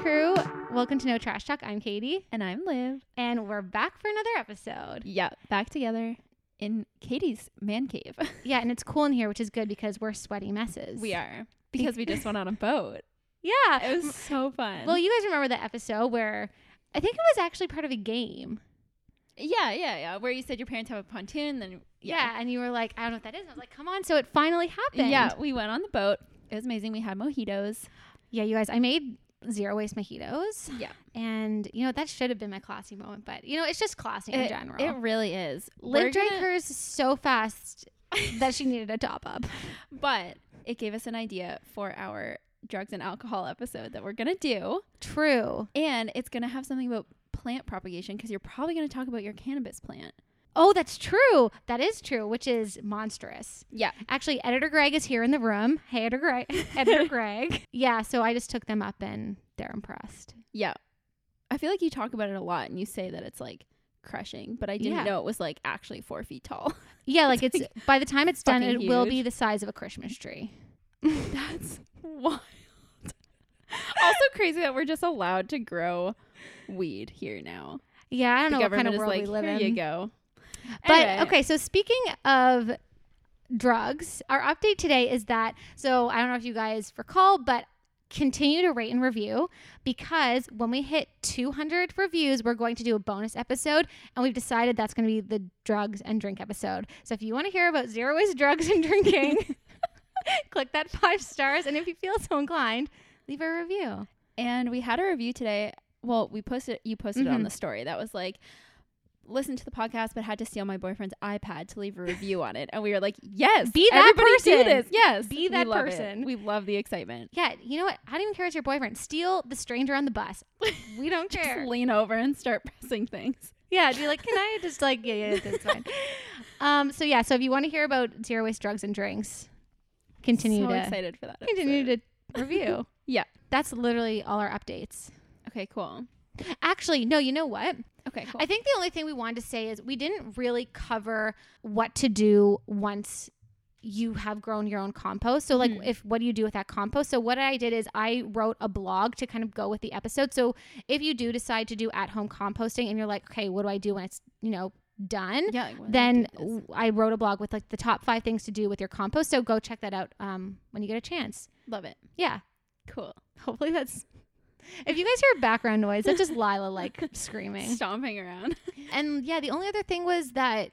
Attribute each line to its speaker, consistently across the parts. Speaker 1: crew. Welcome to No Trash Talk. I'm Katie,
Speaker 2: And I'm Liv.
Speaker 1: and we're back for another episode.
Speaker 2: Yeah, back together in Katie's man cave.
Speaker 1: Yeah, and it's cool in here, which is good because we're sweaty messes.
Speaker 2: are because we just went on a boat.
Speaker 1: Yeah.
Speaker 2: It was so fun.
Speaker 1: Well, you guys remember the episode where I think it was actually part of a game.
Speaker 2: yeah, yeah, yeah. Where you said your parents have a pontoon, then
Speaker 1: Yeah. and you were like, I don't know what that is. And I was like, come on. So it finally happened.
Speaker 2: yeah. We went on the boat. It was amazing. We had mojitos.
Speaker 1: Yeah, you guys, I made zero waste mojitos.
Speaker 2: Yeah,
Speaker 1: And, you know, that should have been my classy moment, but, you know, it's just classy in
Speaker 2: it,
Speaker 1: general.
Speaker 2: it really is. We're
Speaker 1: Liv drank
Speaker 2: gonna-
Speaker 1: hers so fast that she needed a top up.
Speaker 2: but it gave us an idea for our drugs and alcohol episode that we're gonna do,
Speaker 1: True.
Speaker 2: and it's gonna have something about plant propagation because you're probably gonna talk about your cannabis plant.
Speaker 1: Oh, that's true. That is true, which is monstrous.
Speaker 2: Yeah,
Speaker 1: Actually, editor Greg is here in the room. Hey, editor Greg. editor Greg. Yeah, so I just took them up and they're impressed.
Speaker 2: Yeah. I feel like you talk about it a lot and you say that it's like crushing, but I didn't
Speaker 1: Yeah.
Speaker 2: know it was like actually four feet tall.
Speaker 1: Yeah, like it's, by the time it's done, it
Speaker 2: fucking
Speaker 1: will
Speaker 2: huge.
Speaker 1: be the size of a Christmas tree.
Speaker 2: That's wild. also crazy that we're just allowed to grow weed here now.
Speaker 1: Yeah, I
Speaker 2: The
Speaker 1: don't know what kind
Speaker 2: government
Speaker 1: of
Speaker 2: is
Speaker 1: world
Speaker 2: like,
Speaker 1: we live
Speaker 2: here
Speaker 1: in.
Speaker 2: you go.
Speaker 1: But
Speaker 2: Anyway,
Speaker 1: okay, so speaking of drugs, our update today is that so I don't know if you guys recall, but continue to rate and review because when we hit 200 reviews, we're going to do a bonus episode and we've decided that's going to be the drugs and drink episode. So if you want to hear about zero waste drugs and drinking, click that 5 stars and if you feel so inclined, leave a review.
Speaker 2: And we had a review today. Well, we posted you posted it on
Speaker 1: Mhm.
Speaker 2: the story that was like listened to the podcast but had to steal my boyfriend's iPad to leave a review on it. And we were like, Yes,
Speaker 1: Be that
Speaker 2: everybody do
Speaker 1: person.
Speaker 2: this. Yes.
Speaker 1: Be
Speaker 2: we
Speaker 1: that
Speaker 2: love it.
Speaker 1: person.
Speaker 2: We love the excitement.
Speaker 1: Yeah, you know what? I don't even care it's your boyfriend. Steal the stranger on the bus. We don't
Speaker 2: just
Speaker 1: care.
Speaker 2: lean over and start pressing things.
Speaker 1: Yeah, I'd be like, can I just like, yeah, yeah, that's fine. um, so yeah, so if you want to hear about zero waste drugs and drinks, continue
Speaker 2: so
Speaker 1: to
Speaker 2: excited for that.
Speaker 1: continue
Speaker 2: episode.
Speaker 1: to review.
Speaker 2: Yeah.
Speaker 1: that's literally all our updates.
Speaker 2: Okay, cool.
Speaker 1: Actually, no, you know what?
Speaker 2: Okay, cool.
Speaker 1: I think the only thing we wanted to say is we didn't really cover what to do once you have grown your own compost. So like
Speaker 2: Mhm.
Speaker 1: if what do you do with that compost? So what I did is I wrote a blog to kind of go with the episode. So if you do decide to do at home composting and you're like, okay, what do I do when it's, you know, done?
Speaker 2: yeah. like, why did I do
Speaker 1: then
Speaker 2: this?
Speaker 1: w- I wrote a blog with like the top five things to do with your compost. So go check that out um, when you get a chance.
Speaker 2: love it.
Speaker 1: Yeah.
Speaker 2: Cool.
Speaker 1: Hopefully that's. If you guys hear background noise, that's just Lila like screaming.
Speaker 2: Stomping around.
Speaker 1: And yeah, the only other thing was that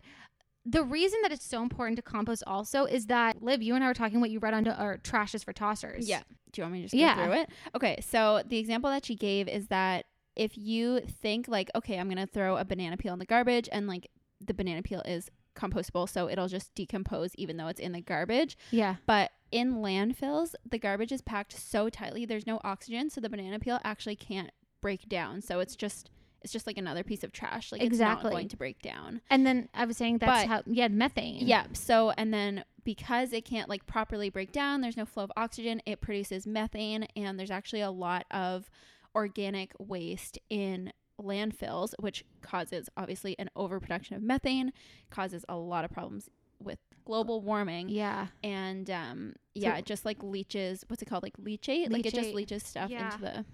Speaker 1: the reason that it's so important to compost also is that Lib, you and I were talking what you read on our trashes for tossers.
Speaker 2: Yeah. Do you want me to just go
Speaker 1: Yeah.
Speaker 2: through it? Okay, so the example that she gave is that if you think like, okay, I'm gonna throw a banana peel in the garbage, and like the banana peel is compostable, so it'll just decompose even though it's in the garbage.
Speaker 1: Yeah.
Speaker 2: But in landfills, the garbage is packed so tightly, there's no oxygen, so the banana peel actually can't break down. So it's just it's just like another piece of trash. Like it's
Speaker 1: Exactly.
Speaker 2: not going to break down.
Speaker 1: And then I was saying that's
Speaker 2: But-
Speaker 1: how yeah, methane.
Speaker 2: Yeah. So and then because it can't like properly break down, there's no flow of oxygen, it produces methane and there's actually a lot of organic waste in landfills, which causes obviously an overproduction of methane, causes a lot of problems with global warming
Speaker 1: Yeah.
Speaker 2: and um yeah, it just like leaches what's it called? Like leachate? Like it just
Speaker 1: Leachate.
Speaker 2: leaches stuff
Speaker 1: Yeah.
Speaker 2: into the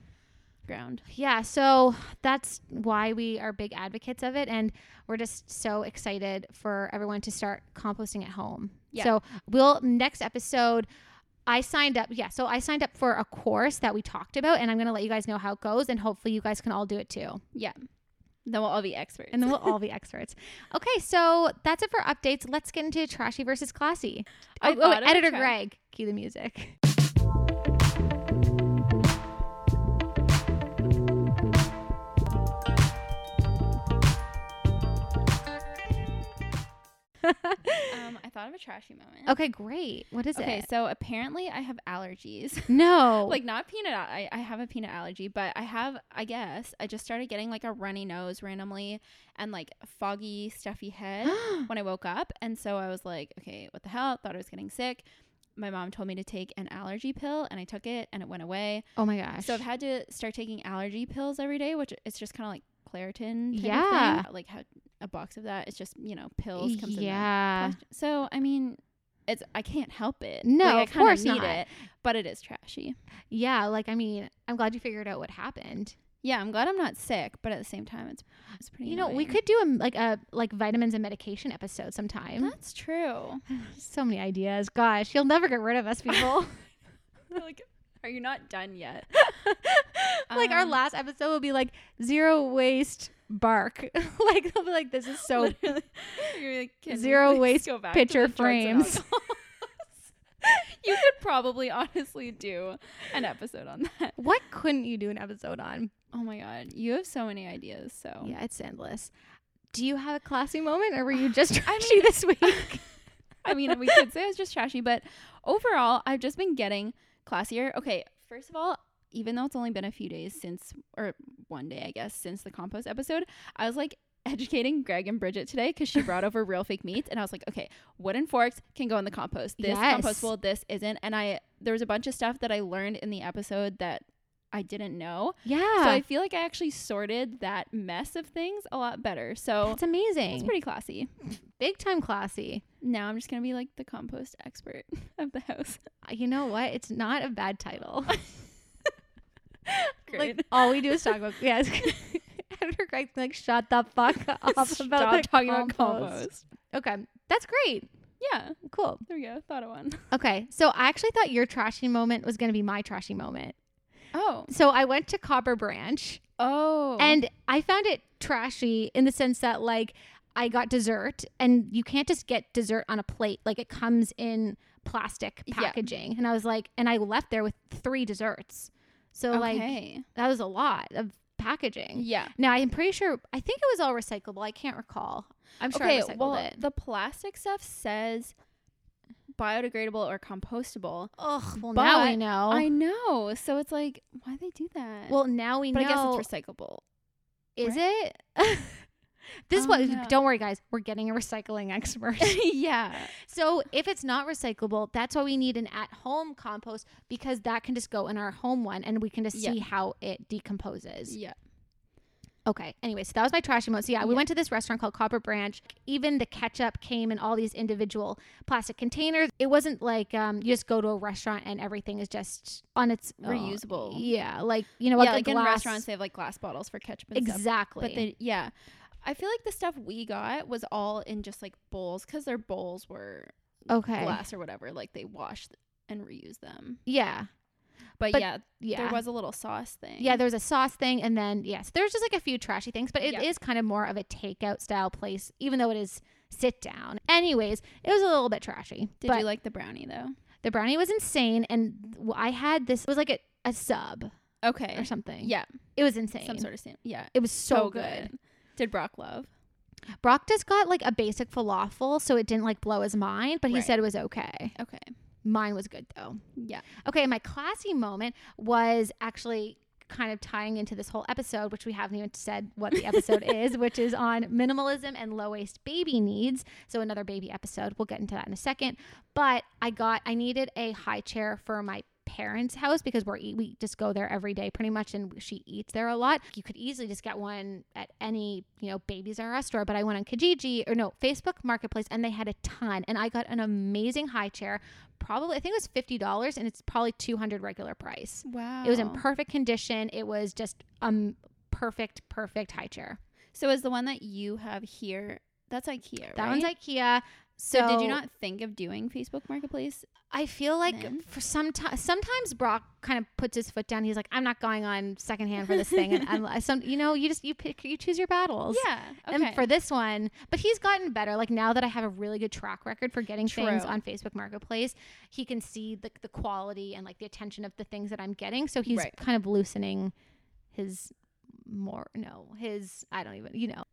Speaker 2: ground.
Speaker 1: Yeah, so that's why we are big advocates of it. And we're just so excited for everyone to start composting at home.
Speaker 2: Yeah.
Speaker 1: So we'll, next episode, I signed up. Yeah, so I signed up for a course that we talked about, and I'm going to let you guys know how it goes. And hopefully, you guys can all do it too.
Speaker 2: Then we'll all be experts.
Speaker 1: And then we'll all be experts. Okay, so that's it for updates. Let's get into trashy versus classy.
Speaker 2: I
Speaker 1: Oh, oh,
Speaker 2: thought of a
Speaker 1: editor
Speaker 2: trash-
Speaker 1: Greg, cue the music.
Speaker 2: um I thought of a trashy moment.
Speaker 1: Okay, great. What is
Speaker 2: Okay,
Speaker 1: it? Oh.
Speaker 2: so apparently I have allergies.
Speaker 1: No.
Speaker 2: like not peanut al- I, I have a peanut allergy but i have i guess i just started getting like a runny nose randomly and like foggy stuffy head when i woke up and so i was like okay what the hell thought i was getting sick my mom told me to take an allergy pill and i took it and it went away
Speaker 1: oh my gosh.
Speaker 2: so i've had to start taking allergy pills every day which it's just kind of like claritin type of thing.
Speaker 1: Yeah.
Speaker 2: like how a box of that it's just you know pills comes in a
Speaker 1: yeah.
Speaker 2: plas- so i mean it's I can't help it.
Speaker 1: No,
Speaker 2: Like, I
Speaker 1: of
Speaker 2: kinda
Speaker 1: course
Speaker 2: need
Speaker 1: not.
Speaker 2: it, but it is trashy.
Speaker 1: Yeah, like I mean, I'm glad you figured out what happened.
Speaker 2: Yeah, I'm glad I'm not sick, but at the same time, it's it's pretty.
Speaker 1: You know, we
Speaker 2: annoying.
Speaker 1: could do a like a like vitamins and medication episode sometime.
Speaker 2: That's true.
Speaker 1: so many ideas. Gosh, you'll never get rid of us people.
Speaker 2: like, are you not done yet?
Speaker 1: like our
Speaker 2: Um,
Speaker 1: last episode will be like zero waste bark. like they'll be like this is so
Speaker 2: Literally, you're gonna be like, "Can we
Speaker 1: Zero
Speaker 2: please
Speaker 1: waste
Speaker 2: go back to
Speaker 1: picture
Speaker 2: the drugs and
Speaker 1: frames."
Speaker 2: alcohol?" you could probably honestly do an episode on that.
Speaker 1: what couldn't you do an episode on?
Speaker 2: Oh my god, you have so many ideas. So
Speaker 1: Yeah, it's endless. Do you have a classy moment or were you just trashy
Speaker 2: mean-
Speaker 1: this week?
Speaker 2: I mean, we could say it was just trashy, but overall, I've just been getting classier. Okay, first of all, even though it's only been a few days since, or one day, I guess, since the compost episode, I was like educating Greg and Bridget today because she brought over real fake meats, and I was like, okay, wooden forks can go in the compost. This
Speaker 1: Yes.
Speaker 2: compostable, this isn't. And I there was a bunch of stuff that I learned in the episode that I didn't know,
Speaker 1: Yeah.
Speaker 2: so I feel like I actually sorted that mess of things a lot better. So
Speaker 1: that's amazing.
Speaker 2: it's pretty classy.
Speaker 1: Big time classy.
Speaker 2: Now I'm just gonna be like the compost expert of the house.
Speaker 1: Uh, You know what? It's not a bad title.
Speaker 2: Great.
Speaker 1: Like all we do is talk about yes. After Greg's like, shut the fuck up about the compost. Okay, that's great.
Speaker 2: Yeah,
Speaker 1: Cool.
Speaker 2: there we go. Thought of one.
Speaker 1: Okay, so I actually thought your trashy moment was going to be my trashy moment.
Speaker 2: Oh,
Speaker 1: So I went to Copper Branch
Speaker 2: oh,
Speaker 1: and I found it trashy in the sense that like I got dessert and you can't just get dessert on a plate. Like it comes in plastic
Speaker 2: Yeah.
Speaker 1: packaging. And I was like, and I left there with three desserts. So like
Speaker 2: okay,
Speaker 1: that was a lot of packaging.
Speaker 2: yeah.
Speaker 1: Now I'm pretty sure I think it was all recyclable. I can't recall. I'm sure I
Speaker 2: okay,
Speaker 1: recycled
Speaker 2: well,
Speaker 1: it.
Speaker 2: the plastic stuff says biodegradable or compostable.
Speaker 1: Ugh, well
Speaker 2: but
Speaker 1: now I know.
Speaker 2: I know, so it's like, why they do that?
Speaker 1: Oh. well now we
Speaker 2: but
Speaker 1: know.
Speaker 2: I guess it's recyclable.
Speaker 1: Is it? this is
Speaker 2: Oh,
Speaker 1: what.
Speaker 2: no.
Speaker 1: Don't worry, guys. We're getting a recycling expert.
Speaker 2: yeah,
Speaker 1: so if it's not recyclable, that's why we need an at-home compost because that can just go in our home one, and we can just
Speaker 2: Yeah.
Speaker 1: see how it decomposes.
Speaker 2: yeah.
Speaker 1: Okay. Anyway, so that was my trashy moment. So yeah, we
Speaker 2: Yeah.
Speaker 1: went to this restaurant called Copper Branch. Even the ketchup came in all these individual plastic containers. It wasn't like um, you just go to a restaurant and everything is just on its own.
Speaker 2: Reusable.
Speaker 1: Yeah, like Oh, you know,
Speaker 2: Oh. yeah,
Speaker 1: like,
Speaker 2: like
Speaker 1: a
Speaker 2: in
Speaker 1: glass.
Speaker 2: restaurants, they have like glass bottles for ketchup and stuff.
Speaker 1: exactly.
Speaker 2: But they, yeah, I feel like the stuff we got was all in just like bowls because their bowls were
Speaker 1: okay.
Speaker 2: glass or whatever. Like they washed and reused them.
Speaker 1: Yeah.
Speaker 2: But,
Speaker 1: But-
Speaker 2: yeah,
Speaker 1: Yeah.
Speaker 2: there was a little sauce thing.
Speaker 1: Yeah, there was a sauce thing, and then yes, there's just like a few trashy things, but it is
Speaker 2: Yeah.
Speaker 1: kind of more of a takeout style place, even though it is sit down. Anyways, it was a little bit trashy.
Speaker 2: Did
Speaker 1: but
Speaker 2: you like the brownie though?
Speaker 1: the brownie was insane, and w- I had this it was like a, a sub
Speaker 2: Okay.
Speaker 1: or something.
Speaker 2: Yeah,
Speaker 1: it was insane.
Speaker 2: some sort Oh, of sand. Yeah,
Speaker 1: It was so, good.
Speaker 2: Did Brock love?
Speaker 1: Brock just got like a basic falafel, so it didn't like blow his mind, but he
Speaker 2: Right.
Speaker 1: said it was okay.
Speaker 2: Okay.
Speaker 1: Mine was good though.
Speaker 2: Yeah.
Speaker 1: Okay, my classy moment was actually kind of tying into this whole episode, which we haven't even said what the episode is, which is on minimalism and low waste baby needs. So another baby episode. We'll get into that in a second. But I got I needed a high chair for my parents' house because we're e- we just go there every day pretty much, and she eats there a lot. You could easily just get one at any you know Babies R Us store. But I went on Kijiji or no Facebook Marketplace, and they had a ton, and I got an amazing high chair. Probably I think it was fifty dollars, and it's probably two hundred regular price.
Speaker 2: Wow.
Speaker 1: It was in perfect condition. It was just um perfect, perfect high chair.
Speaker 2: so is the one that you have here? That's IKEA.
Speaker 1: That
Speaker 2: right?
Speaker 1: one's IKEA. So,
Speaker 2: So, did you not think of doing Facebook Marketplace?
Speaker 1: I feel like
Speaker 2: Then?
Speaker 1: for some time, sometimes Brock kind of puts his foot down. He's like, "I'm not going on secondhand for this thing," and, and some, you know, you just you pick, you choose your battles.
Speaker 2: Yeah.
Speaker 1: And for this one, but he's gotten better. Like now that I have a really good track record for getting things
Speaker 2: True.
Speaker 1: on Facebook Marketplace, he can see the, the quality and like the attention of the things that I'm getting. So he's
Speaker 2: Right.
Speaker 1: kind of loosening his more, no, his, I don't even, you know.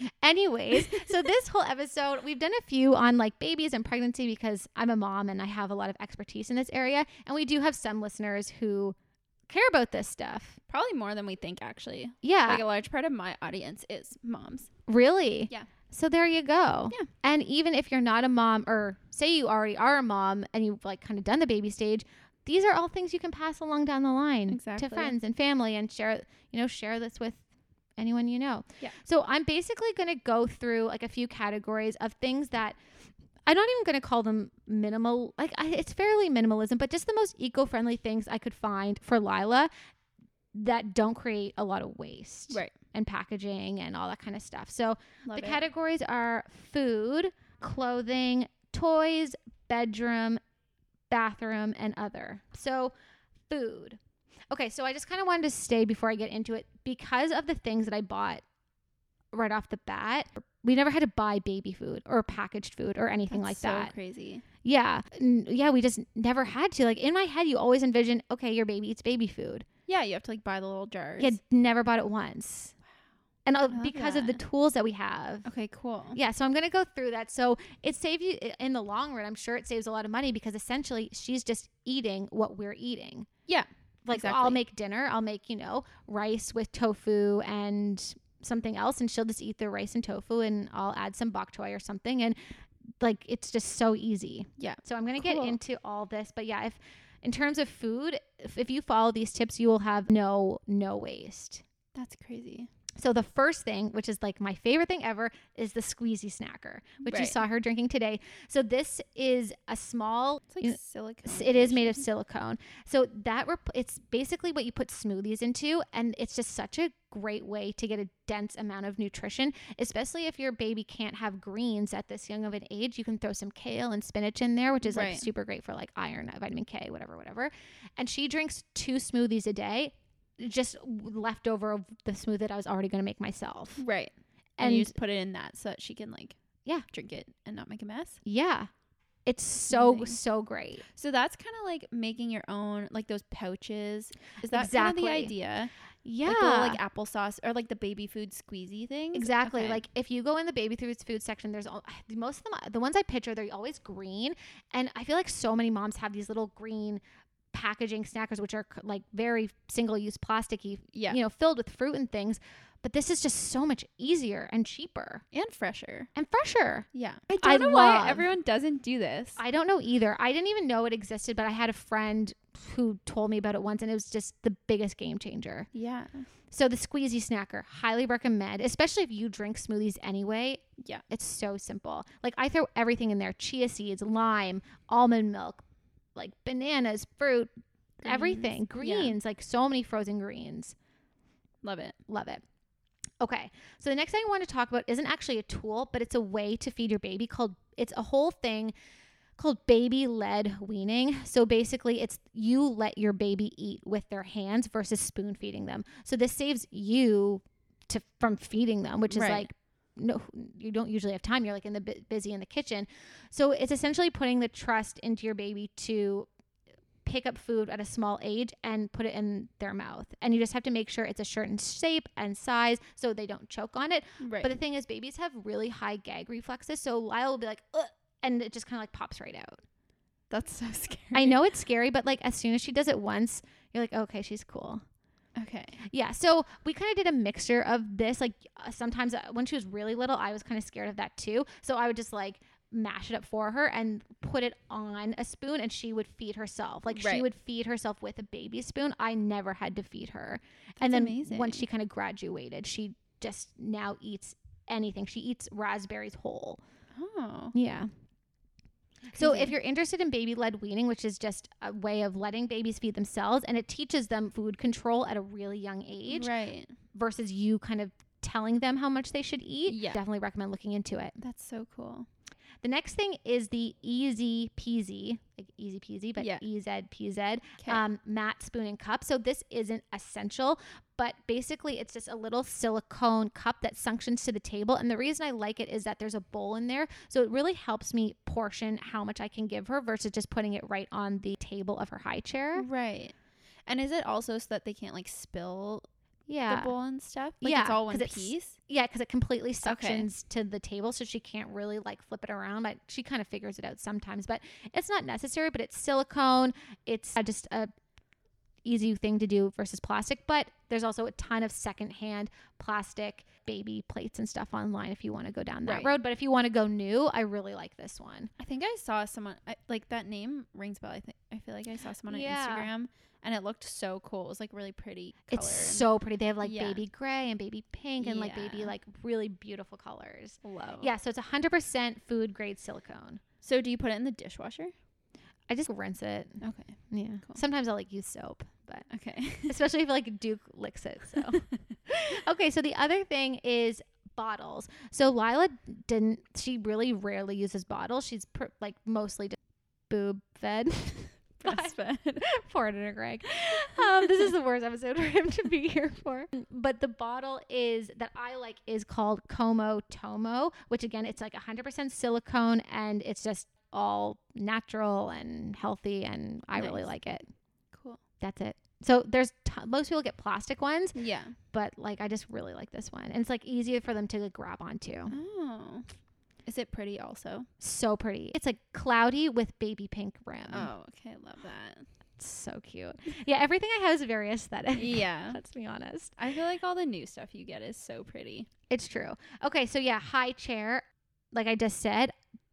Speaker 1: Anyways, so this whole episode, we've done a few on like babies and pregnancy because I'm a mom and I have a lot of expertise in this area. And we do have some listeners who care about this stuff.
Speaker 2: probably more than we think actually.
Speaker 1: Yeah.
Speaker 2: Like a large part of my audience is moms.
Speaker 1: Really?
Speaker 2: Yeah.
Speaker 1: So there you go.
Speaker 2: Yeah.
Speaker 1: And even if you're not a mom or say you already are a mom and you've like kind of done the baby stage, these are all things you can pass along down the line
Speaker 2: Exactly.
Speaker 1: to friends and family and share, you know, share this with anyone you know.
Speaker 2: Yeah.
Speaker 1: So I'm basically going to go through like a few categories of things that I'm not even going to call them minimal. Like I, it's fairly minimalism, but just the most eco-friendly things I could find for Lila that don't create a lot of waste
Speaker 2: Right.
Speaker 1: and packaging and all that kind of stuff. So
Speaker 2: Love
Speaker 1: the
Speaker 2: it.
Speaker 1: categories are food, clothing, toys, bedroom, bathroom, and other. So, food. Okay, so I just kind of wanted to stay before I get into it because of the things that I bought right off the bat. We never had to buy baby food or packaged food or anything
Speaker 2: That's
Speaker 1: like
Speaker 2: so
Speaker 1: that.
Speaker 2: Crazy.
Speaker 1: Yeah. N- yeah, we just never had to. Like in my head, you always envision, okay, your baby eats baby food.
Speaker 2: Yeah, you have to like buy the little jars.
Speaker 1: Yeah, never bought it once. And uh,
Speaker 2: love
Speaker 1: because of the
Speaker 2: that.
Speaker 1: tools that we have.
Speaker 2: Okay. Cool.
Speaker 1: Yeah, so I'm going to go through that. So it saves you in the long run. I'm sure it saves a lot of money because essentially she's just eating what we're eating.
Speaker 2: Yeah,
Speaker 1: Like I'll
Speaker 2: exactly.
Speaker 1: make dinner, I'll make, you know, rice with tofu and something else, and she'll just eat the rice and tofu, and I'll add some bok choy or something. And like it's just so easy.
Speaker 2: Yeah.
Speaker 1: So I'm going to
Speaker 2: Cool.
Speaker 1: get into all this. But yeah, if in terms of food, if, if you follow these tips, you will have no, no waste.
Speaker 2: That's crazy.
Speaker 1: So the first thing, which is like my favorite thing ever, is the squeezy snacker, which you
Speaker 2: Right.
Speaker 1: saw her drinking today. So this is a small.
Speaker 2: It's like
Speaker 1: you know,
Speaker 2: silicone.
Speaker 1: s- it is made of silicone. So that rep- it's basically what you put smoothies into and it's just such a great way to get a dense amount of nutrition, especially if your baby can't have greens at this young of an age, you can throw some kale and spinach in there, which is like
Speaker 2: Right.
Speaker 1: super great for like iron, uh, vitamin K, whatever, whatever. And she drinks two smoothies a day. Just leftover of the smoothie that I was already going to make myself.
Speaker 2: Right. And,
Speaker 1: And
Speaker 2: you just put it in that so that she can like
Speaker 1: Yeah.
Speaker 2: drink it and not make a mess.
Speaker 1: yeah, it's so
Speaker 2: Amazing.
Speaker 1: so great.
Speaker 2: So that's kind of like making your own like those pouches. Is that kind of the
Speaker 1: Exactly.
Speaker 2: idea?
Speaker 1: Yeah,
Speaker 2: Like the little like applesauce or like the baby food squeezy things.
Speaker 1: exactly.
Speaker 2: Okay.
Speaker 1: Like if you go in the baby foods food section, there's all, most of them. The ones I picture, they're always green, and I feel like so many moms have these little green packaging snackers, which are c- like very single use plasticky,
Speaker 2: yeah,
Speaker 1: you know, filled with fruit and things. But this is just so much easier and cheaper
Speaker 2: and fresher.
Speaker 1: and fresher.
Speaker 2: Yeah. I don't
Speaker 1: I
Speaker 2: know
Speaker 1: love-
Speaker 2: why everyone doesn't do this.
Speaker 1: I don't know either. I didn't even know it existed, but I had a friend who told me about it once, and it was just the biggest game changer.
Speaker 2: yeah.
Speaker 1: So the squeezy snacker, highly recommend, especially if you drink smoothies anyway.
Speaker 2: Yeah.
Speaker 1: It's so simple. Like I throw everything in there, chia seeds, lime, almond milk, like bananas, fruit, everything,
Speaker 2: Greens. Yeah.
Speaker 1: greens, like so many frozen greens.
Speaker 2: Love it.
Speaker 1: Love it. Okay. So the next thing I want to talk about isn't actually a tool, but it's a way to feed your baby called it's a whole thing called baby led weaning. So basically it's you let your baby eat with their hands versus spoon feeding them. So this saves you to from feeding them, which is
Speaker 2: Right.
Speaker 1: like no you don't usually have time. You're like in the bu- busy in the kitchen. So it's essentially putting the trust into your baby to pick up food at a small age and put it in their mouth. And you just have to make sure it's a certain shape and size so they don't choke on it.
Speaker 2: Right.
Speaker 1: But the thing is, babies have really high gag reflexes. So Lyle will be like, Ugh, and it just kind of like pops right out.
Speaker 2: that's so scary.
Speaker 1: I know it's scary, but like as soon as she does it once, you're like, okay, she's cool.
Speaker 2: Okay.
Speaker 1: Yeah. So we kind of did a mixture of this. Like uh, sometimes uh, when she was really little, I was kind of scared of that too. So I would just like mash it up for her and put it on a spoon and she would feed herself. Like she
Speaker 2: Right.
Speaker 1: would feed herself with a baby spoon. I never had to feed her. and
Speaker 2: That's
Speaker 1: then
Speaker 2: amazing.
Speaker 1: once she kind of graduated, she just now eats anything. She eats raspberries whole.
Speaker 2: Oh.
Speaker 1: Yeah. So if
Speaker 2: Crazy.
Speaker 1: you're interested in baby led weaning, which is just a way of letting babies feed themselves and it teaches them food control at a really young age,
Speaker 2: Right.
Speaker 1: versus you kind of telling them how much they should eat,
Speaker 2: Yeah.
Speaker 1: definitely recommend looking into it.
Speaker 2: That's so cool.
Speaker 1: The next thing is the easy peasy, like easy peasy, but
Speaker 2: Yeah.
Speaker 1: EZPZ,
Speaker 2: 'Kay.
Speaker 1: um, matte spoon and cup. So this isn't essential, but basically it's just a little silicone cup that suctions to the table. And the reason I like it is that there's a bowl in there. So it really helps me portion how much I can give her versus just putting it right on the table of her high chair.
Speaker 2: Right. And is it also so that they can't like spill
Speaker 1: Yeah.
Speaker 2: Mm-hmm. the bowl and stuff? Like
Speaker 1: Yeah,
Speaker 2: it's all one
Speaker 1: 'cause it's-
Speaker 2: piece.
Speaker 1: Yeah, because it completely
Speaker 2: Okay.
Speaker 1: suctions to the table, so she can't really like flip it around. But she kind of figures it out sometimes, but it's not necessary. But it's silicone. It's uh, just a easy thing to do versus plastic. But there's also a ton of secondhand plastic baby plates and stuff online if you want to go down that
Speaker 2: Right.
Speaker 1: road. But if you want to go new, I really like this one.
Speaker 2: I think I saw someone I, like that name rings a bell. I think I feel like I saw someone on
Speaker 1: Yeah.
Speaker 2: Instagram and it looked so cool. It was like really pretty. Color
Speaker 1: It's
Speaker 2: and
Speaker 1: so pretty. They have like
Speaker 2: Yeah.
Speaker 1: baby gray and baby pink and like
Speaker 2: Yeah.
Speaker 1: baby like really beautiful colors.
Speaker 2: low.
Speaker 1: Yeah, so it's 100% food grade silicone.
Speaker 2: So do you put it in the dishwasher?
Speaker 1: I just rinse it.
Speaker 2: Okay.
Speaker 1: Yeah.
Speaker 2: Cool.
Speaker 1: Sometimes I'll like use soap, but
Speaker 2: Okay.
Speaker 1: especially if like Duke licks it. So okay, so the other thing is bottles. So Lila didn't. She really rarely uses bottles. She's pr- like mostly just boob fed.
Speaker 2: Breastfed.
Speaker 1: Foreigner Greg. Um, this is the worst episode for him to be here for. But the bottle is that I like is called Como Tomo, which again it's like 100% silicone and it's just all natural and healthy and I really
Speaker 2: Nice.
Speaker 1: like it.
Speaker 2: cool.
Speaker 1: That's it. So there's t- most people get plastic ones,
Speaker 2: Yeah.
Speaker 1: but like I just really like this one. And it's like easier for them to like, grab onto.
Speaker 2: Oh. Is it pretty also?
Speaker 1: So pretty. It's like cloudy with baby pink rim.
Speaker 2: Oh, okay. Love that.
Speaker 1: It's so cute. Yeah, everything I have is very aesthetic.
Speaker 2: yeah.
Speaker 1: Let's be honest.
Speaker 2: I feel like all the new stuff you get is so pretty.
Speaker 1: It's true. Okay, so yeah, high chair, like I just said,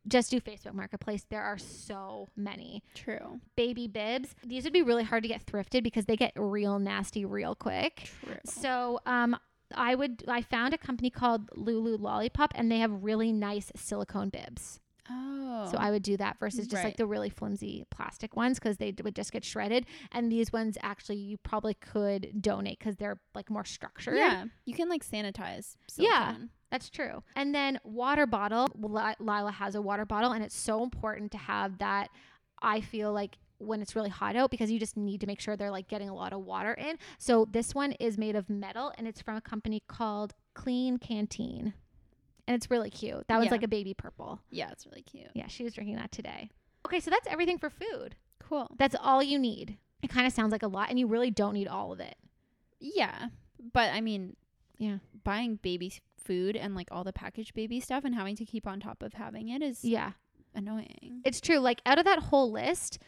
Speaker 1: just do Facebook Marketplace. There are so many
Speaker 2: True.
Speaker 1: baby bibs. These would be really hard to get thrifted because they get real nasty real quick.
Speaker 2: True.
Speaker 1: So, um I would I found a company called Lulu Lollipop and they have really nice silicone bibs.
Speaker 2: oh.
Speaker 1: So I would do that versus just like
Speaker 2: Right.
Speaker 1: the really flimsy plastic ones cuz they d- would just get shredded and these ones actually you probably could donate cuz they're like more structured.
Speaker 2: Yeah. You can like sanitize.
Speaker 1: Yeah.
Speaker 2: silicone.
Speaker 1: That's true. And then water bottle. Li- Lila has a water bottle, and it's so important to have that. I feel like when it's really hot out because you just need to make sure they're like getting a lot of water in. So this one is made of metal, and it's from a company called Clean Canteen, and it's really cute. That was
Speaker 2: Yeah.
Speaker 1: like a baby purple.
Speaker 2: Yeah. It's really cute.
Speaker 1: Yeah, she was drinking that today. Okay, so that's everything for food.
Speaker 2: Cool.
Speaker 1: That's all you need. It kind of sounds like a lot, and you really don't need all of it.
Speaker 2: Yeah. But I mean,
Speaker 1: Yeah.
Speaker 2: buying baby s- food and like all the packaged baby stuff and having to keep on top of having it is
Speaker 1: Yeah.
Speaker 2: annoying.
Speaker 1: It's true. Like out of that whole list,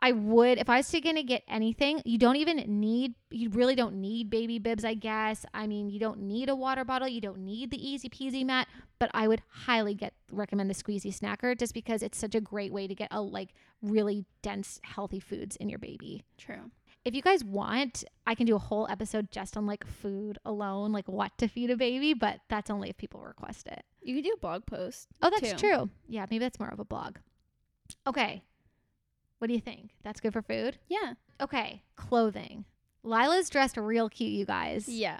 Speaker 1: I would if I was to gonna get anything, you don't even need you really don't need baby bibs, I guess. I mean, you don't need a water bottle, you don't need the easy peasy mat, but I would highly get recommend the squeezy snacker just because it's such a great way to get a like really dense, healthy foods in your baby.
Speaker 2: True.
Speaker 1: If you guys want, I can do a whole episode just on like food alone, like what to feed a baby, but that's only if people request it.
Speaker 2: You could do a blog post.
Speaker 1: Oh, that's
Speaker 2: too.
Speaker 1: true. Yeah, maybe that's more of a blog. Okay. What do you think? That's good for food?
Speaker 2: Yeah.
Speaker 1: Okay, clothing. Lila's dressed real cute, you guys.
Speaker 2: Yeah.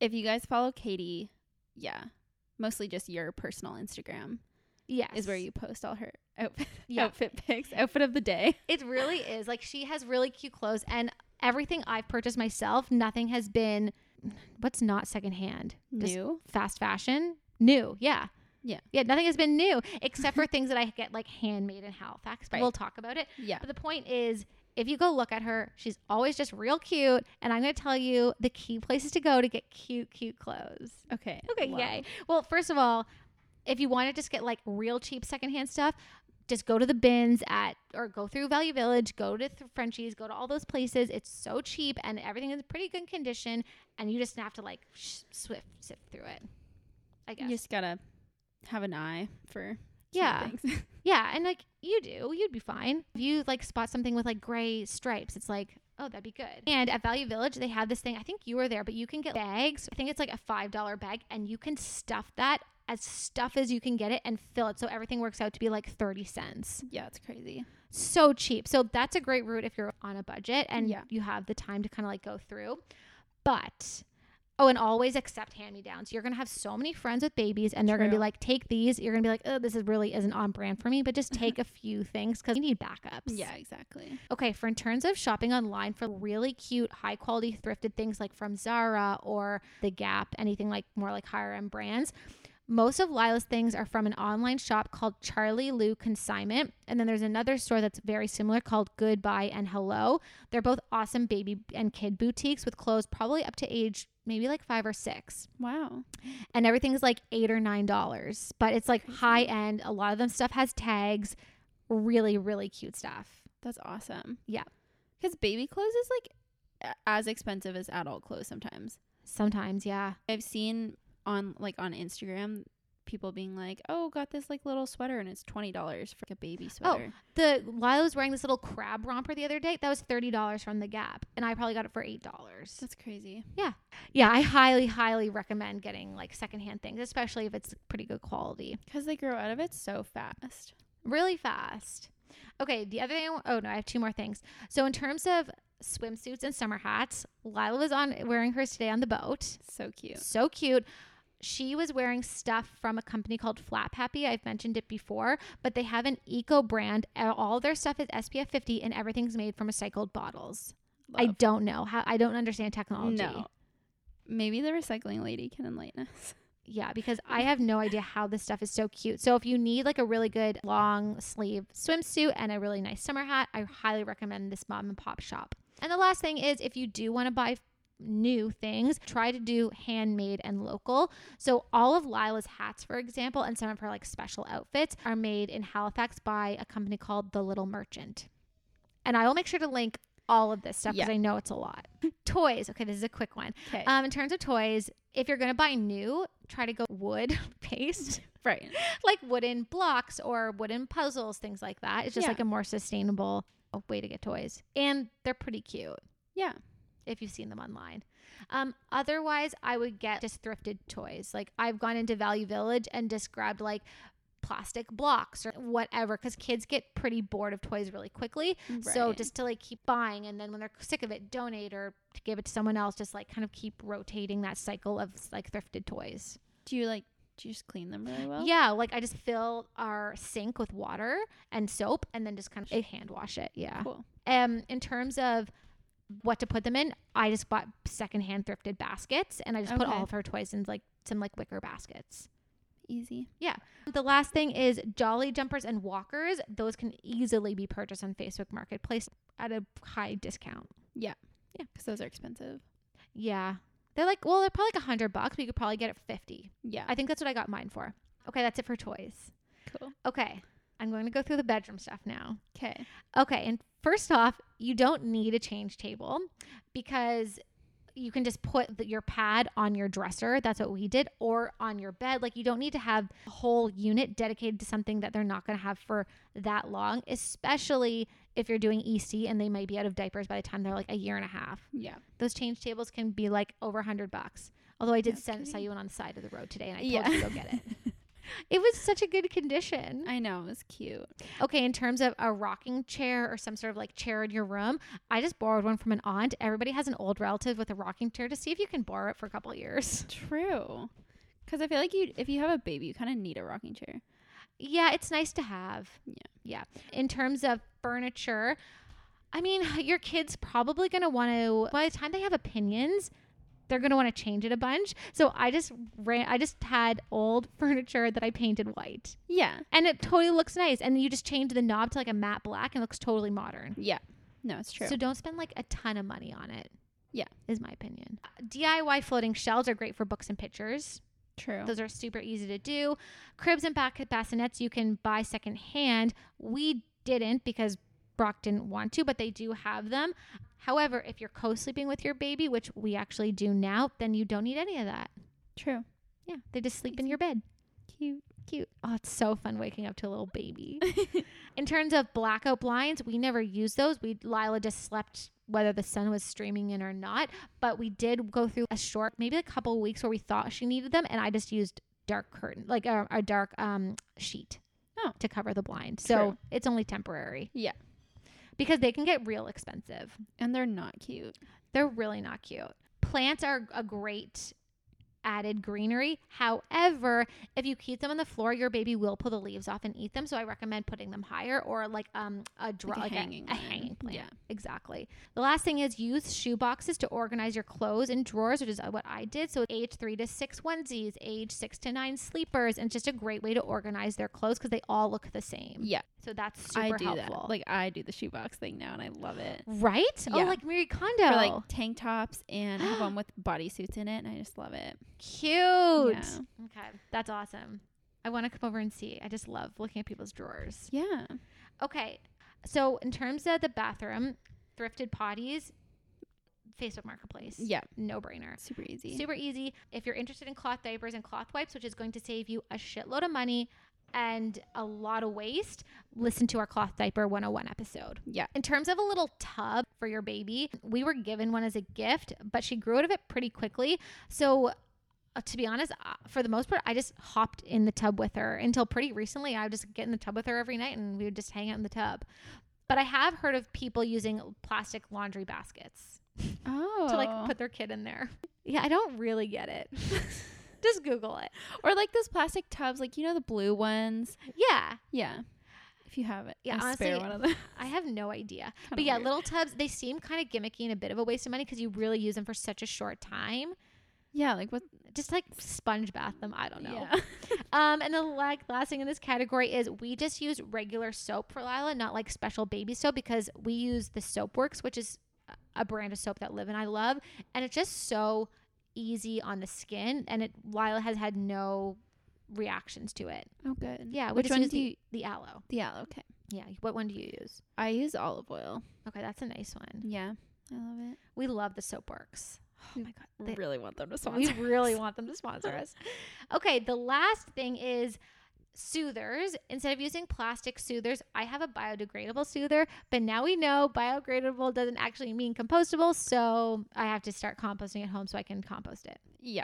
Speaker 2: If you guys follow Katie, yeah. Mostly just your personal Instagram
Speaker 1: Yes.
Speaker 2: is where you post all her outfit,
Speaker 1: Yeah.
Speaker 2: outfit pics, outfit of the day.
Speaker 1: It really is. Like she has really cute clothes and everything I've purchased myself, nothing has been what's not secondhand? Just
Speaker 2: New.
Speaker 1: fast fashion? New, yeah.
Speaker 2: Yeah.
Speaker 1: Yeah, nothing has been new except for things that I get like handmade in Halifax. But
Speaker 2: Right.
Speaker 1: We'll talk about it.
Speaker 2: Yeah.
Speaker 1: But the point is, if you go look at her, she's always just real cute. And I'm going to tell you the key places to go to get cute, cute clothes.
Speaker 2: Okay.
Speaker 1: Okay,
Speaker 2: love.
Speaker 1: yay. Well, first of all, if you want to just get like real cheap secondhand stuff, just go to the bins at or go through Value Village, go to th- Frenchies, go to all those places. It's so cheap and everything is in pretty good condition, and you just have to like sh- swift sift through it. I guess.
Speaker 2: You just gotta have an eye for cute
Speaker 1: yeah.
Speaker 2: things.
Speaker 1: Yeah, and like you do, you'd be fine. If you like spot something with like gray stripes, it's like, oh, that'd be good. And at Value Village, they have this thing. I think you were there, but you can get bags. I think it's like a five dollar bag, and you can stuff that as stuff as you can get it and fill it. So everything works out to be like thirty cents.
Speaker 2: yeah, it's crazy.
Speaker 1: So cheap. So that's a great route if you're on a budget and
Speaker 2: Yeah.
Speaker 1: you have the time to kind of like go through. But Oh, and always accept hand me downs. You're gonna have so many friends with babies, and they're gonna be
Speaker 2: True.
Speaker 1: like, "Take these." You're gonna be like, "Oh, this is really isn't on brand for me," but just take a few things because you need backups.
Speaker 2: Yeah, exactly.
Speaker 1: Okay. For in terms of shopping online for really cute, high quality thrifted things like from Zara or The Gap, anything like more like higher end brands. Most of Lila's things are from an online shop called Charlie Lou Consignment. And then there's another store that's very similar called Goodbye and Hello. They're both awesome baby and kid boutiques with clothes probably up to age maybe like five or six.
Speaker 2: Wow.
Speaker 1: And everything's like eight or nine dollars. But it's like high end. A lot of them stuff has tags. Really, really cute stuff.
Speaker 2: That's awesome.
Speaker 1: Yeah.
Speaker 2: Because baby clothes is like a- as expensive as adult clothes sometimes.
Speaker 1: Sometimes, yeah.
Speaker 2: I've seen on like on Instagram people being like, "Oh, got this like little sweater and it's twenty dollars for like, a baby sweater."
Speaker 1: The Lila was wearing this little crab romper the other day. That was thirty dollars from the Gap, and I probably got it for eight dollars.
Speaker 2: That's crazy.
Speaker 1: Yeah, I highly, highly recommend getting like secondhand things, especially if it's pretty good quality.
Speaker 2: Because they grow out of it so fast.
Speaker 1: really fast. Okay, the other thing. I wa- Oh no, I have two more things. So in terms of swimsuits and summer hats, Lila was on wearing hers today on the boat.
Speaker 2: So cute.
Speaker 1: So cute. She was wearing stuff from a company called Flap Happy. I've mentioned it before, but they have an eco brand. and All their stuff is SPF 50 and everything's made from recycled bottles. I
Speaker 2: Love.
Speaker 1: don't know how I don't understand technology.
Speaker 2: No. Maybe the recycling lady can enlighten us.
Speaker 1: Yeah, because I have no idea how this stuff is so cute. So if you need like a really good long sleeve swimsuit and a really nice summer hat, I highly recommend this mom and pop shop. And the last thing is if you do want to buy new things, try to do handmade and local. So all of Lila's hats, for example, and some of her like special outfits are made in Halifax by a company called The Little Merchant. And I will make sure to link all of this stuff because
Speaker 2: Yeah.
Speaker 1: I know it's a lot. Toys. Okay, this is a quick one.
Speaker 2: Okay.
Speaker 1: Um, in terms of toys, if you're gonna buy new, try to go wood paste,
Speaker 2: right.
Speaker 1: like wooden blocks or wooden puzzles, things like that. It's just
Speaker 2: Yeah.
Speaker 1: like a more sustainable way to get toys, and they're pretty cute
Speaker 2: Yeah.
Speaker 1: if you've seen them online. Um, otherwise, I would get just thrifted toys. Like I've gone into Value Village and just grabbed like plastic blocks or whatever because kids get pretty bored of toys really quickly so
Speaker 2: Right.
Speaker 1: just to like keep buying and then when they're sick of it donate or to give it to someone else just like kind of keep rotating that cycle of like thrifted toys
Speaker 2: do you like do you just clean them really well?
Speaker 1: yeah like i just fill our sink with water and soap and then just kind of hand wash it yeah
Speaker 2: Cool.
Speaker 1: um in terms of what to put them in i just bought secondhand thrifted baskets and i just put
Speaker 2: Okay.
Speaker 1: all of her toys in like some like wicker baskets
Speaker 2: Easy.
Speaker 1: the last thing is jolly jumpers and walkers those can easily be purchased on facebook marketplace at a high discount
Speaker 2: Because those are expensive.
Speaker 1: Yeah. They're like, well, they're probably like a hundred bucks. but you could probably get it fifty.
Speaker 2: Yeah.
Speaker 1: I think that's what I got mine for. Okay, that's it for toys.
Speaker 2: cool.
Speaker 1: Okay, I'm going to go through the bedroom stuff now.
Speaker 2: Okay.
Speaker 1: Okay, and first off, you don't need a change table because you can just put the, your pad on your dresser. That's what we did, or on your bed. Like you don't need to have a whole unit dedicated to something that they're not going to have for that long, especially if you're doing EC and they might be out of diapers by the time they're like a year and a half
Speaker 2: Yeah.
Speaker 1: those change tables can be like over a hundred bucks. Although I did
Speaker 2: No
Speaker 1: send, saw
Speaker 2: kidding.
Speaker 1: you one on the side of the road today, and I told
Speaker 2: Yeah.
Speaker 1: you to go get it. It was such a good condition.
Speaker 2: I know. It was cute.
Speaker 1: Okay, in terms of a rocking chair or some sort of like chair in your room, I just borrowed one from an aunt. Everybody has an old relative with a rocking chair to see if you can borrow it for a couple of years.
Speaker 2: True. Because I feel like you, if you have a baby, you kind of need a rocking chair.
Speaker 1: Yeah, it's nice to have.
Speaker 2: Yeah.
Speaker 1: Yeah. In terms of furniture, I mean, your kid's probably going to want to, by the time they have opinions, they're going to want to change it a bunch. So I just ran, I just had old furniture that I painted white
Speaker 2: Yeah.
Speaker 1: and it totally looks nice. And you just change the knob to like a matte black and it looks totally modern.
Speaker 2: Yeah. No, it's true.
Speaker 1: So don't spend like a ton of money on it.
Speaker 2: Yeah.
Speaker 1: Is my opinion. DIY floating shelves are great for books and pictures.
Speaker 2: true.
Speaker 1: Those are super easy to do. Cribs and back bassinets you can buy secondhand. We didn't because Brock didn't want to, but they do have them. However, if you're co-sleeping with your baby, which we actually do now, then you don't need any of that.
Speaker 2: true.
Speaker 1: Yeah, they just sleep in your bed.
Speaker 2: Cute.
Speaker 1: Cute. Oh, it's so fun waking up to a little baby. in terms of blackout blinds, we never used those. We Lila just slept whether the sun was streaming in or not. But we did go through a short, maybe a couple weeks where we thought she needed them, and I just used dark curtain, like a, a dark um sheet,
Speaker 2: Oh.
Speaker 1: to cover the blind. So
Speaker 2: True.
Speaker 1: it's only temporary.
Speaker 2: Yeah.
Speaker 1: because they can get real expensive.
Speaker 2: And they're not cute.
Speaker 1: They're really not cute. Plants are a great added greenery. However, if you keep them on the floor, your baby will pull the leaves off and eat them. So I recommend putting them higher or like um a draw
Speaker 2: a
Speaker 1: like, a,
Speaker 2: hanging
Speaker 1: a,
Speaker 2: one.
Speaker 1: hanging plant.
Speaker 2: Yeah.
Speaker 1: Exactly. The last thing is use shoe boxes to organize your clothes and drawers, which is uh, what I did. So age three to six onesies, age six to nine sleepers, and it's just a great way to organize their clothes because they all look the same.
Speaker 2: Yeah.
Speaker 1: So that's super
Speaker 2: I do
Speaker 1: helpful.
Speaker 2: that. Like I do the shoebox thing now, and I love it.
Speaker 1: right? Oh,
Speaker 2: Yeah.
Speaker 1: like Marie Kondo.
Speaker 2: For like tank tops, and I have one with bodysuits in it, and I just love it.
Speaker 1: Cute.
Speaker 2: Yeah.
Speaker 1: Okay, that's awesome. I want to come over and see. I just love looking at people's drawers.
Speaker 2: Yeah.
Speaker 1: Okay, so in terms of the bathroom, thrifted potties, Facebook Marketplace.
Speaker 2: Yeah.
Speaker 1: No brainer.
Speaker 2: Super easy.
Speaker 1: Super easy. If you're interested in cloth diapers and cloth wipes, which is going to save you a shitload of money and a lot of waste, listen to our cloth diaper 101 episode.
Speaker 2: Yeah.
Speaker 1: In terms of a little tub for your baby, we were given one as a gift, but she grew out of it pretty quickly. So uh, to be honest, uh, for the most part, I just hopped in the tub with her until pretty recently. I would just get in the tub with her every night and we would just hang out in the tub. But I have heard of people using plastic laundry baskets
Speaker 2: Oh.
Speaker 1: to like put their kid in there. Yeah, I don't really get it. just Google it.
Speaker 2: or like those plastic tubs, like you know the blue ones.
Speaker 1: Yeah,
Speaker 2: Yeah. If you have it.
Speaker 1: Yeah,
Speaker 2: a
Speaker 1: honestly,
Speaker 2: spare one of them.
Speaker 1: I have no idea.
Speaker 2: Kinda
Speaker 1: but yeah,
Speaker 2: weird.
Speaker 1: little tubs, they seem kind of gimmicky and a bit of a waste of money because you really use them for such a short time.
Speaker 2: Yeah, like what
Speaker 1: Just like sponge bath them. I don't know.
Speaker 2: Yeah.
Speaker 1: Um, and the like, last thing in this category is we just use regular soap for Lila, not like special baby soap because we use the Soapworks, which is a- a brand of soap that Liv and I love, and it's just so easy on the skin, and it Lila has had no reactions to it.
Speaker 2: Oh good.
Speaker 1: Yeah, we
Speaker 2: Which
Speaker 1: just
Speaker 2: one
Speaker 1: use
Speaker 2: do
Speaker 1: the-
Speaker 2: you
Speaker 1: The aloe.
Speaker 2: Yeah, okay.
Speaker 1: Yeah, what one do you use?
Speaker 2: I use olive oil.
Speaker 1: Okay, that's a nice one.
Speaker 2: Yeah. I love it.
Speaker 1: We love the Soapworks. Oh my god, they-
Speaker 2: really want them to
Speaker 1: we really want them to sponsor us. Okay, the last thing is soothers. Instead of using plastic soothers, I have a biodegradable soother, but now we know biodegradable doesn't actually mean compostable, so I have to start composting at home so I can compost it.
Speaker 2: Yeah.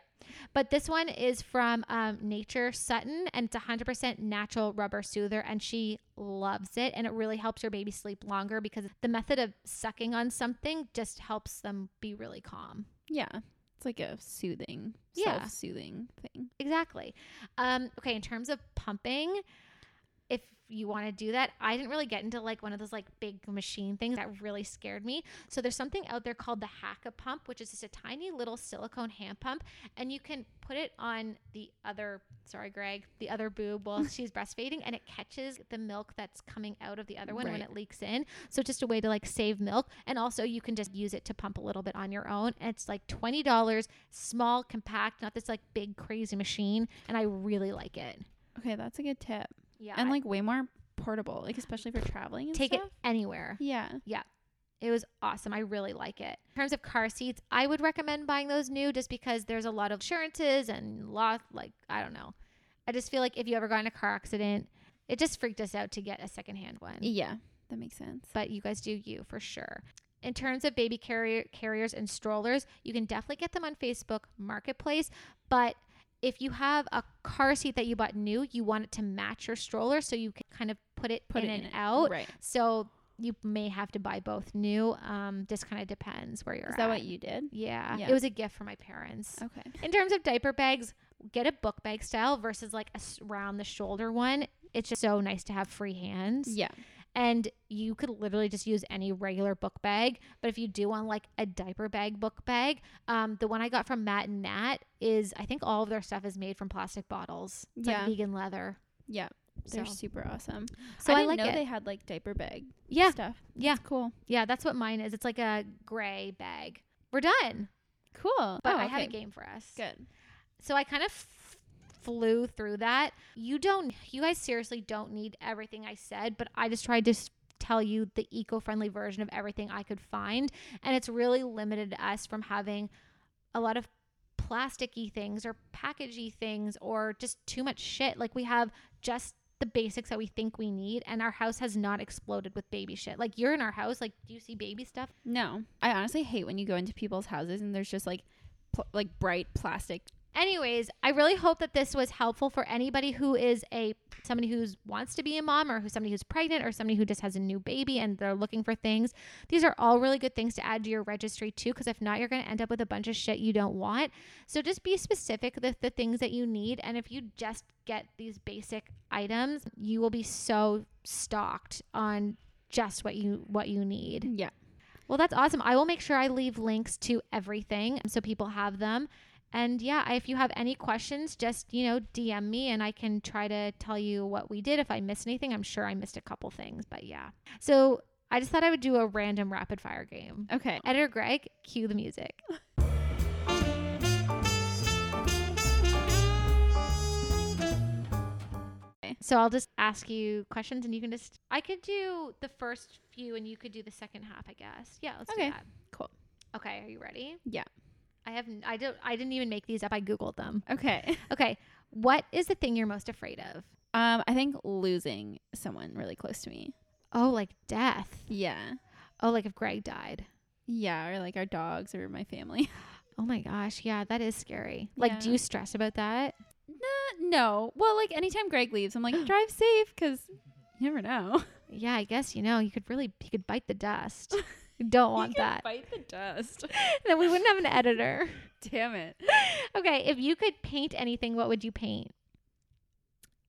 Speaker 1: But this one is from um, Nature Sutton, and it's 100% natural rubber soother, and she loves it, and it really helps her baby sleep longer because the method of sucking on something just helps them be really calm.
Speaker 2: Yeah. It's like a soothing,
Speaker 1: Yeah.
Speaker 2: self soothing thing.
Speaker 1: Exactly. Um, okay, in terms of pumping, if you want to do that, I didn't really get into like one of those like big machine things that really scared me. So there's something out there called the Hacka pump, which is just a tiny little silicone hand pump, and you can put it on the other, sorry, Greg, the other boob while she's breastfeeding, and it catches the milk that's coming out of the other one when
Speaker 2: Right.
Speaker 1: it leaks in. So just a way to like save milk, and also you can just use it to pump a little bit on your own. And it's like twenty dollars, small, compact, not this like big crazy machine, and I really like it.
Speaker 2: Okay, that's a good tip.
Speaker 1: Yeah,
Speaker 2: And like way more portable, like especially for traveling and
Speaker 1: take
Speaker 2: stuff.
Speaker 1: it anywhere.
Speaker 2: Yeah.
Speaker 1: It was awesome. I really like it. In terms of car seats, I would recommend buying those new just because there's a lot of insurances and lot like I don't know. I just feel like if you ever got in a car accident, it just freaked us out to get a secondhand one.
Speaker 2: Yeah. That makes sense.
Speaker 1: But you guys do you for sure. In terms of baby carrier carriers and strollers, you can definitely get them on Facebook Marketplace, but if you have a car seat that you bought new, you want it to match your stroller so you can kind of put it
Speaker 2: Put
Speaker 1: in
Speaker 2: it
Speaker 1: and
Speaker 2: in it.
Speaker 1: out.
Speaker 2: Right.
Speaker 1: So you may have to buy both new. Um, just kind of depends where you're
Speaker 2: Is that
Speaker 1: at.
Speaker 2: what you did?
Speaker 1: yeah.
Speaker 2: Yeah.
Speaker 1: It was a gift for my parents.
Speaker 2: Okay.
Speaker 1: In terms of diaper bags, get a book bag style versus like a s- round the shoulder one. It's just so nice to have free hands.
Speaker 2: Yeah.
Speaker 1: And you could literally just use any regular book bag. But if you do want like a diaper bag book bag, um, the one I got from Matt and Nat is I think all of their stuff is made from plastic bottles. It's
Speaker 2: Yeah.
Speaker 1: like vegan leather.
Speaker 2: Yeah.
Speaker 1: So,
Speaker 2: They're super awesome.
Speaker 1: so
Speaker 2: I,
Speaker 1: I,
Speaker 2: didn't
Speaker 1: like
Speaker 2: know
Speaker 1: it.
Speaker 2: they had like diaper bag
Speaker 1: yeah.
Speaker 2: stuff.
Speaker 1: Yeah.
Speaker 2: That's cool.
Speaker 1: Yeah, that's what mine is. It's like a gray bag. We're done.
Speaker 2: Cool.
Speaker 1: But
Speaker 2: oh,
Speaker 1: I have a
Speaker 2: okay.
Speaker 1: game for us.
Speaker 2: Good.
Speaker 1: So I kind of f- flew through that. You don't, you guys seriously don't need everything I said, but I just tried to s- tell you the eco friendly version of everything I could find. And it's really limited us from having a lot of plasticky things or packagey things or just too much shit. Like we have just the basics that we think we need and our house has not exploded with baby shit. Like you're in our house, like do you see baby stuff?
Speaker 2: No, I honestly hate when you go into people's houses and there's just like, pl- like bright plastic.
Speaker 1: Anyways, I really hope that this was helpful for anybody who is a somebody who wants to be a mom or who somebody who's pregnant or somebody who just has a new baby and they're looking for things. These are all really good things to add to your registry too because if not you're going to end up with a bunch of shit you don't want. So just be specific with the things that you need and if you just get these basic items, you will be so stocked on just what you what you need.
Speaker 2: Yeah.
Speaker 1: Well, that's awesome. I will make sure I leave links to everything so people have them. And yeah, I- if you have any questions, just, you know, DM me and I can try to tell you what we did. If I missed anything, I'm sure I missed a couple things, but yeah. So I just thought I would do a random rapid fire game.
Speaker 2: Okay.
Speaker 1: Editor Greg, cue the music.
Speaker 2: Okay.
Speaker 1: So I'll just ask you questions and you can just I could do the first few and you could do the second half, I guess. Yeah, let's
Speaker 2: Okay.
Speaker 1: do that.
Speaker 2: Cool.
Speaker 1: Okay, are you ready?
Speaker 2: Yeah.
Speaker 1: I have I don't I didn't even make these up. I googled them.
Speaker 2: Okay.
Speaker 1: Okay. What is the thing you're most afraid of?
Speaker 2: Um, I think losing someone really close to me.
Speaker 1: Oh, like death.
Speaker 2: Yeah.
Speaker 1: Oh, like if Greg died.
Speaker 2: Yeah, or like our dogs or my family.
Speaker 1: Oh my gosh, yeah, that is scary. Like, do
Speaker 2: Yeah.
Speaker 1: you stress about that?
Speaker 2: Nah, no. Well, like anytime Greg leaves, I'm like, drive safe because you never know.
Speaker 1: Yeah, I guess you know you could really you could bite the dust. You don't want that.
Speaker 2: Bite the dust.
Speaker 1: Then we wouldn't have an editor.
Speaker 2: Damn it.
Speaker 1: Okay, if you could paint anything, what would you paint?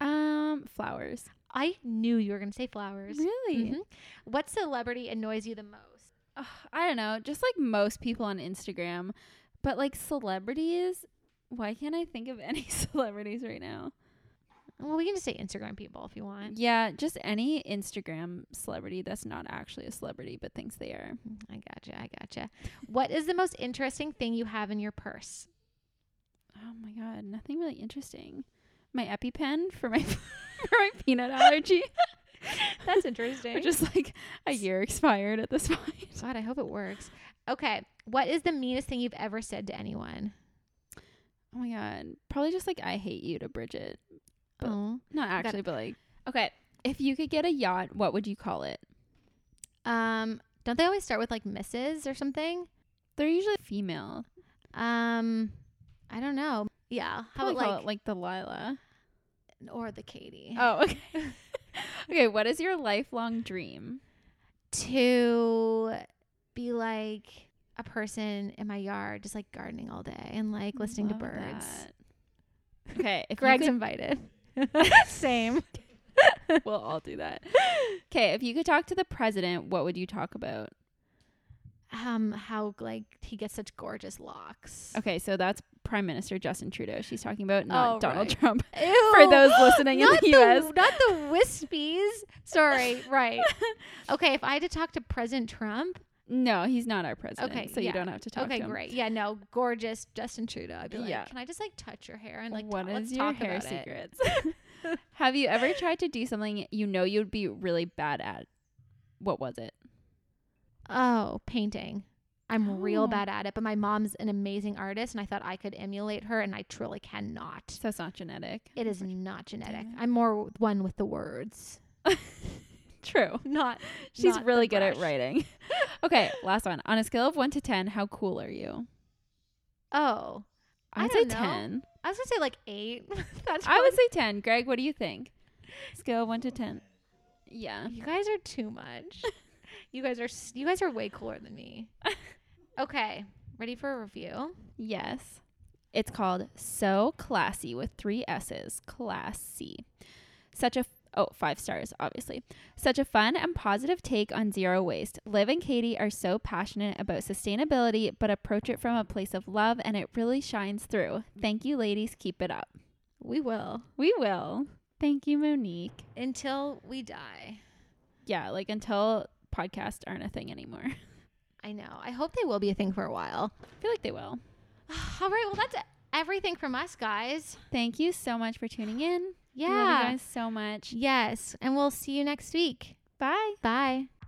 Speaker 2: Um, flowers.
Speaker 1: I knew you were gonna say flowers.
Speaker 2: Really?
Speaker 1: Mhm. What celebrity annoys you the most?
Speaker 2: Ugh, I don't know. Just like most people on Instagram, but like celebrities. Why can't I think of any celebrities right now?
Speaker 1: Well, we can just say Instagram people if you want.
Speaker 2: Yeah, just any Instagram celebrity that's not actually a celebrity but thinks they are.
Speaker 1: I gotcha. I gotcha. What is the most interesting thing you have in your purse?
Speaker 2: Oh my god, nothing really interesting. My EpiPen for my for my peanut allergy.
Speaker 1: That's interesting.
Speaker 2: Which is like a year expired at this point.
Speaker 1: God, I hope it works. Okay, what is the meanest thing you've ever said to anyone?
Speaker 2: Oh my god. Probably just like I hate you to Bridget. But-
Speaker 1: Oh,
Speaker 2: Not
Speaker 1: it.
Speaker 2: actually, but like Okay. If you could get a yacht, what would you call it?
Speaker 1: um, don't they always start with like Mrs. or something?
Speaker 2: They're usually female.
Speaker 1: Um, I don't know. Yeah, how about
Speaker 2: Probably call
Speaker 1: like,
Speaker 2: it like Delilah.
Speaker 1: or the Katie
Speaker 2: Oh, okay. okay, what is your lifelong dream?
Speaker 1: to be like a person in my yard, just like gardening all day and like listening
Speaker 2: Love
Speaker 1: to birds.
Speaker 2: that. Okay, if
Speaker 1: Greg's
Speaker 2: you
Speaker 1: invited. Same.
Speaker 2: could, we'll all do that. Okay, if you could talk to the president, what would you talk about?
Speaker 1: Um, how like he gets such gorgeous locks.
Speaker 2: Okay, so that's Prime Minister Justin Trudeau. She's talking about not
Speaker 1: Oh,
Speaker 2: Donald
Speaker 1: right.
Speaker 2: Trump.
Speaker 1: Ew.
Speaker 2: For those listening in
Speaker 1: Not
Speaker 2: the US.
Speaker 1: Not the wispies. Sorry, right. Okay, if I had to talk to President Trump,
Speaker 2: No, he's not our president.
Speaker 1: Okay,
Speaker 2: so
Speaker 1: yeah.
Speaker 2: you don't have to talk
Speaker 1: okay,
Speaker 2: to him.
Speaker 1: great. Yeah, no, gorgeous Justin Trudeau. I'd be like,
Speaker 2: Yeah.
Speaker 1: can I just like touch your hair and like
Speaker 2: what
Speaker 1: ta-
Speaker 2: is
Speaker 1: let's
Speaker 2: your
Speaker 1: talk
Speaker 2: hair
Speaker 1: about it?
Speaker 2: secrets? have you ever tried to do something you know you'd be really bad at? What was it?
Speaker 1: Oh, painting. I'm real
Speaker 2: Oh.
Speaker 1: bad at it, but my mom's an amazing artist, and I thought I could emulate her, and I truly cannot.
Speaker 2: So it's not genetic.
Speaker 1: It is not genetic.
Speaker 2: Damn it.
Speaker 1: I'm more one with the words.
Speaker 2: True.
Speaker 1: Not.
Speaker 2: She's
Speaker 1: not the
Speaker 2: really good at
Speaker 1: brush.
Speaker 2: writing. okay, last one. On a scale of 1 to 10, how cool are you?
Speaker 1: Oh, I
Speaker 2: I'd say
Speaker 1: don't know.
Speaker 2: 10.
Speaker 1: I was gonna say like eight. That's
Speaker 2: I would say 10. Greg, what do you think? Scale of 1 to 10. Yeah.
Speaker 1: You guys are too much. you guys are s- you guys are way cooler than me. Okay, ready for a review?
Speaker 2: Yes. It's called So Classy with three S's. Classy. Such a oh five stars obviously such a fun and positive take on zero waste liv and katie are so passionate about sustainability but approach it from a place of love and it really shines through thank you ladies keep it up
Speaker 1: We will
Speaker 2: we will thank you monique
Speaker 1: until we die.
Speaker 2: yeah like until podcasts aren't a thing anymore i
Speaker 1: I know. I hope they will be a thing for a while.
Speaker 2: feel like they will
Speaker 1: All right. Well, that's e-, everything from us, guys.
Speaker 2: thank you so much for tuning in We love you
Speaker 1: Yeah.
Speaker 2: guys so much
Speaker 1: Yes, and we'll see you next week.
Speaker 2: bye
Speaker 1: Bye.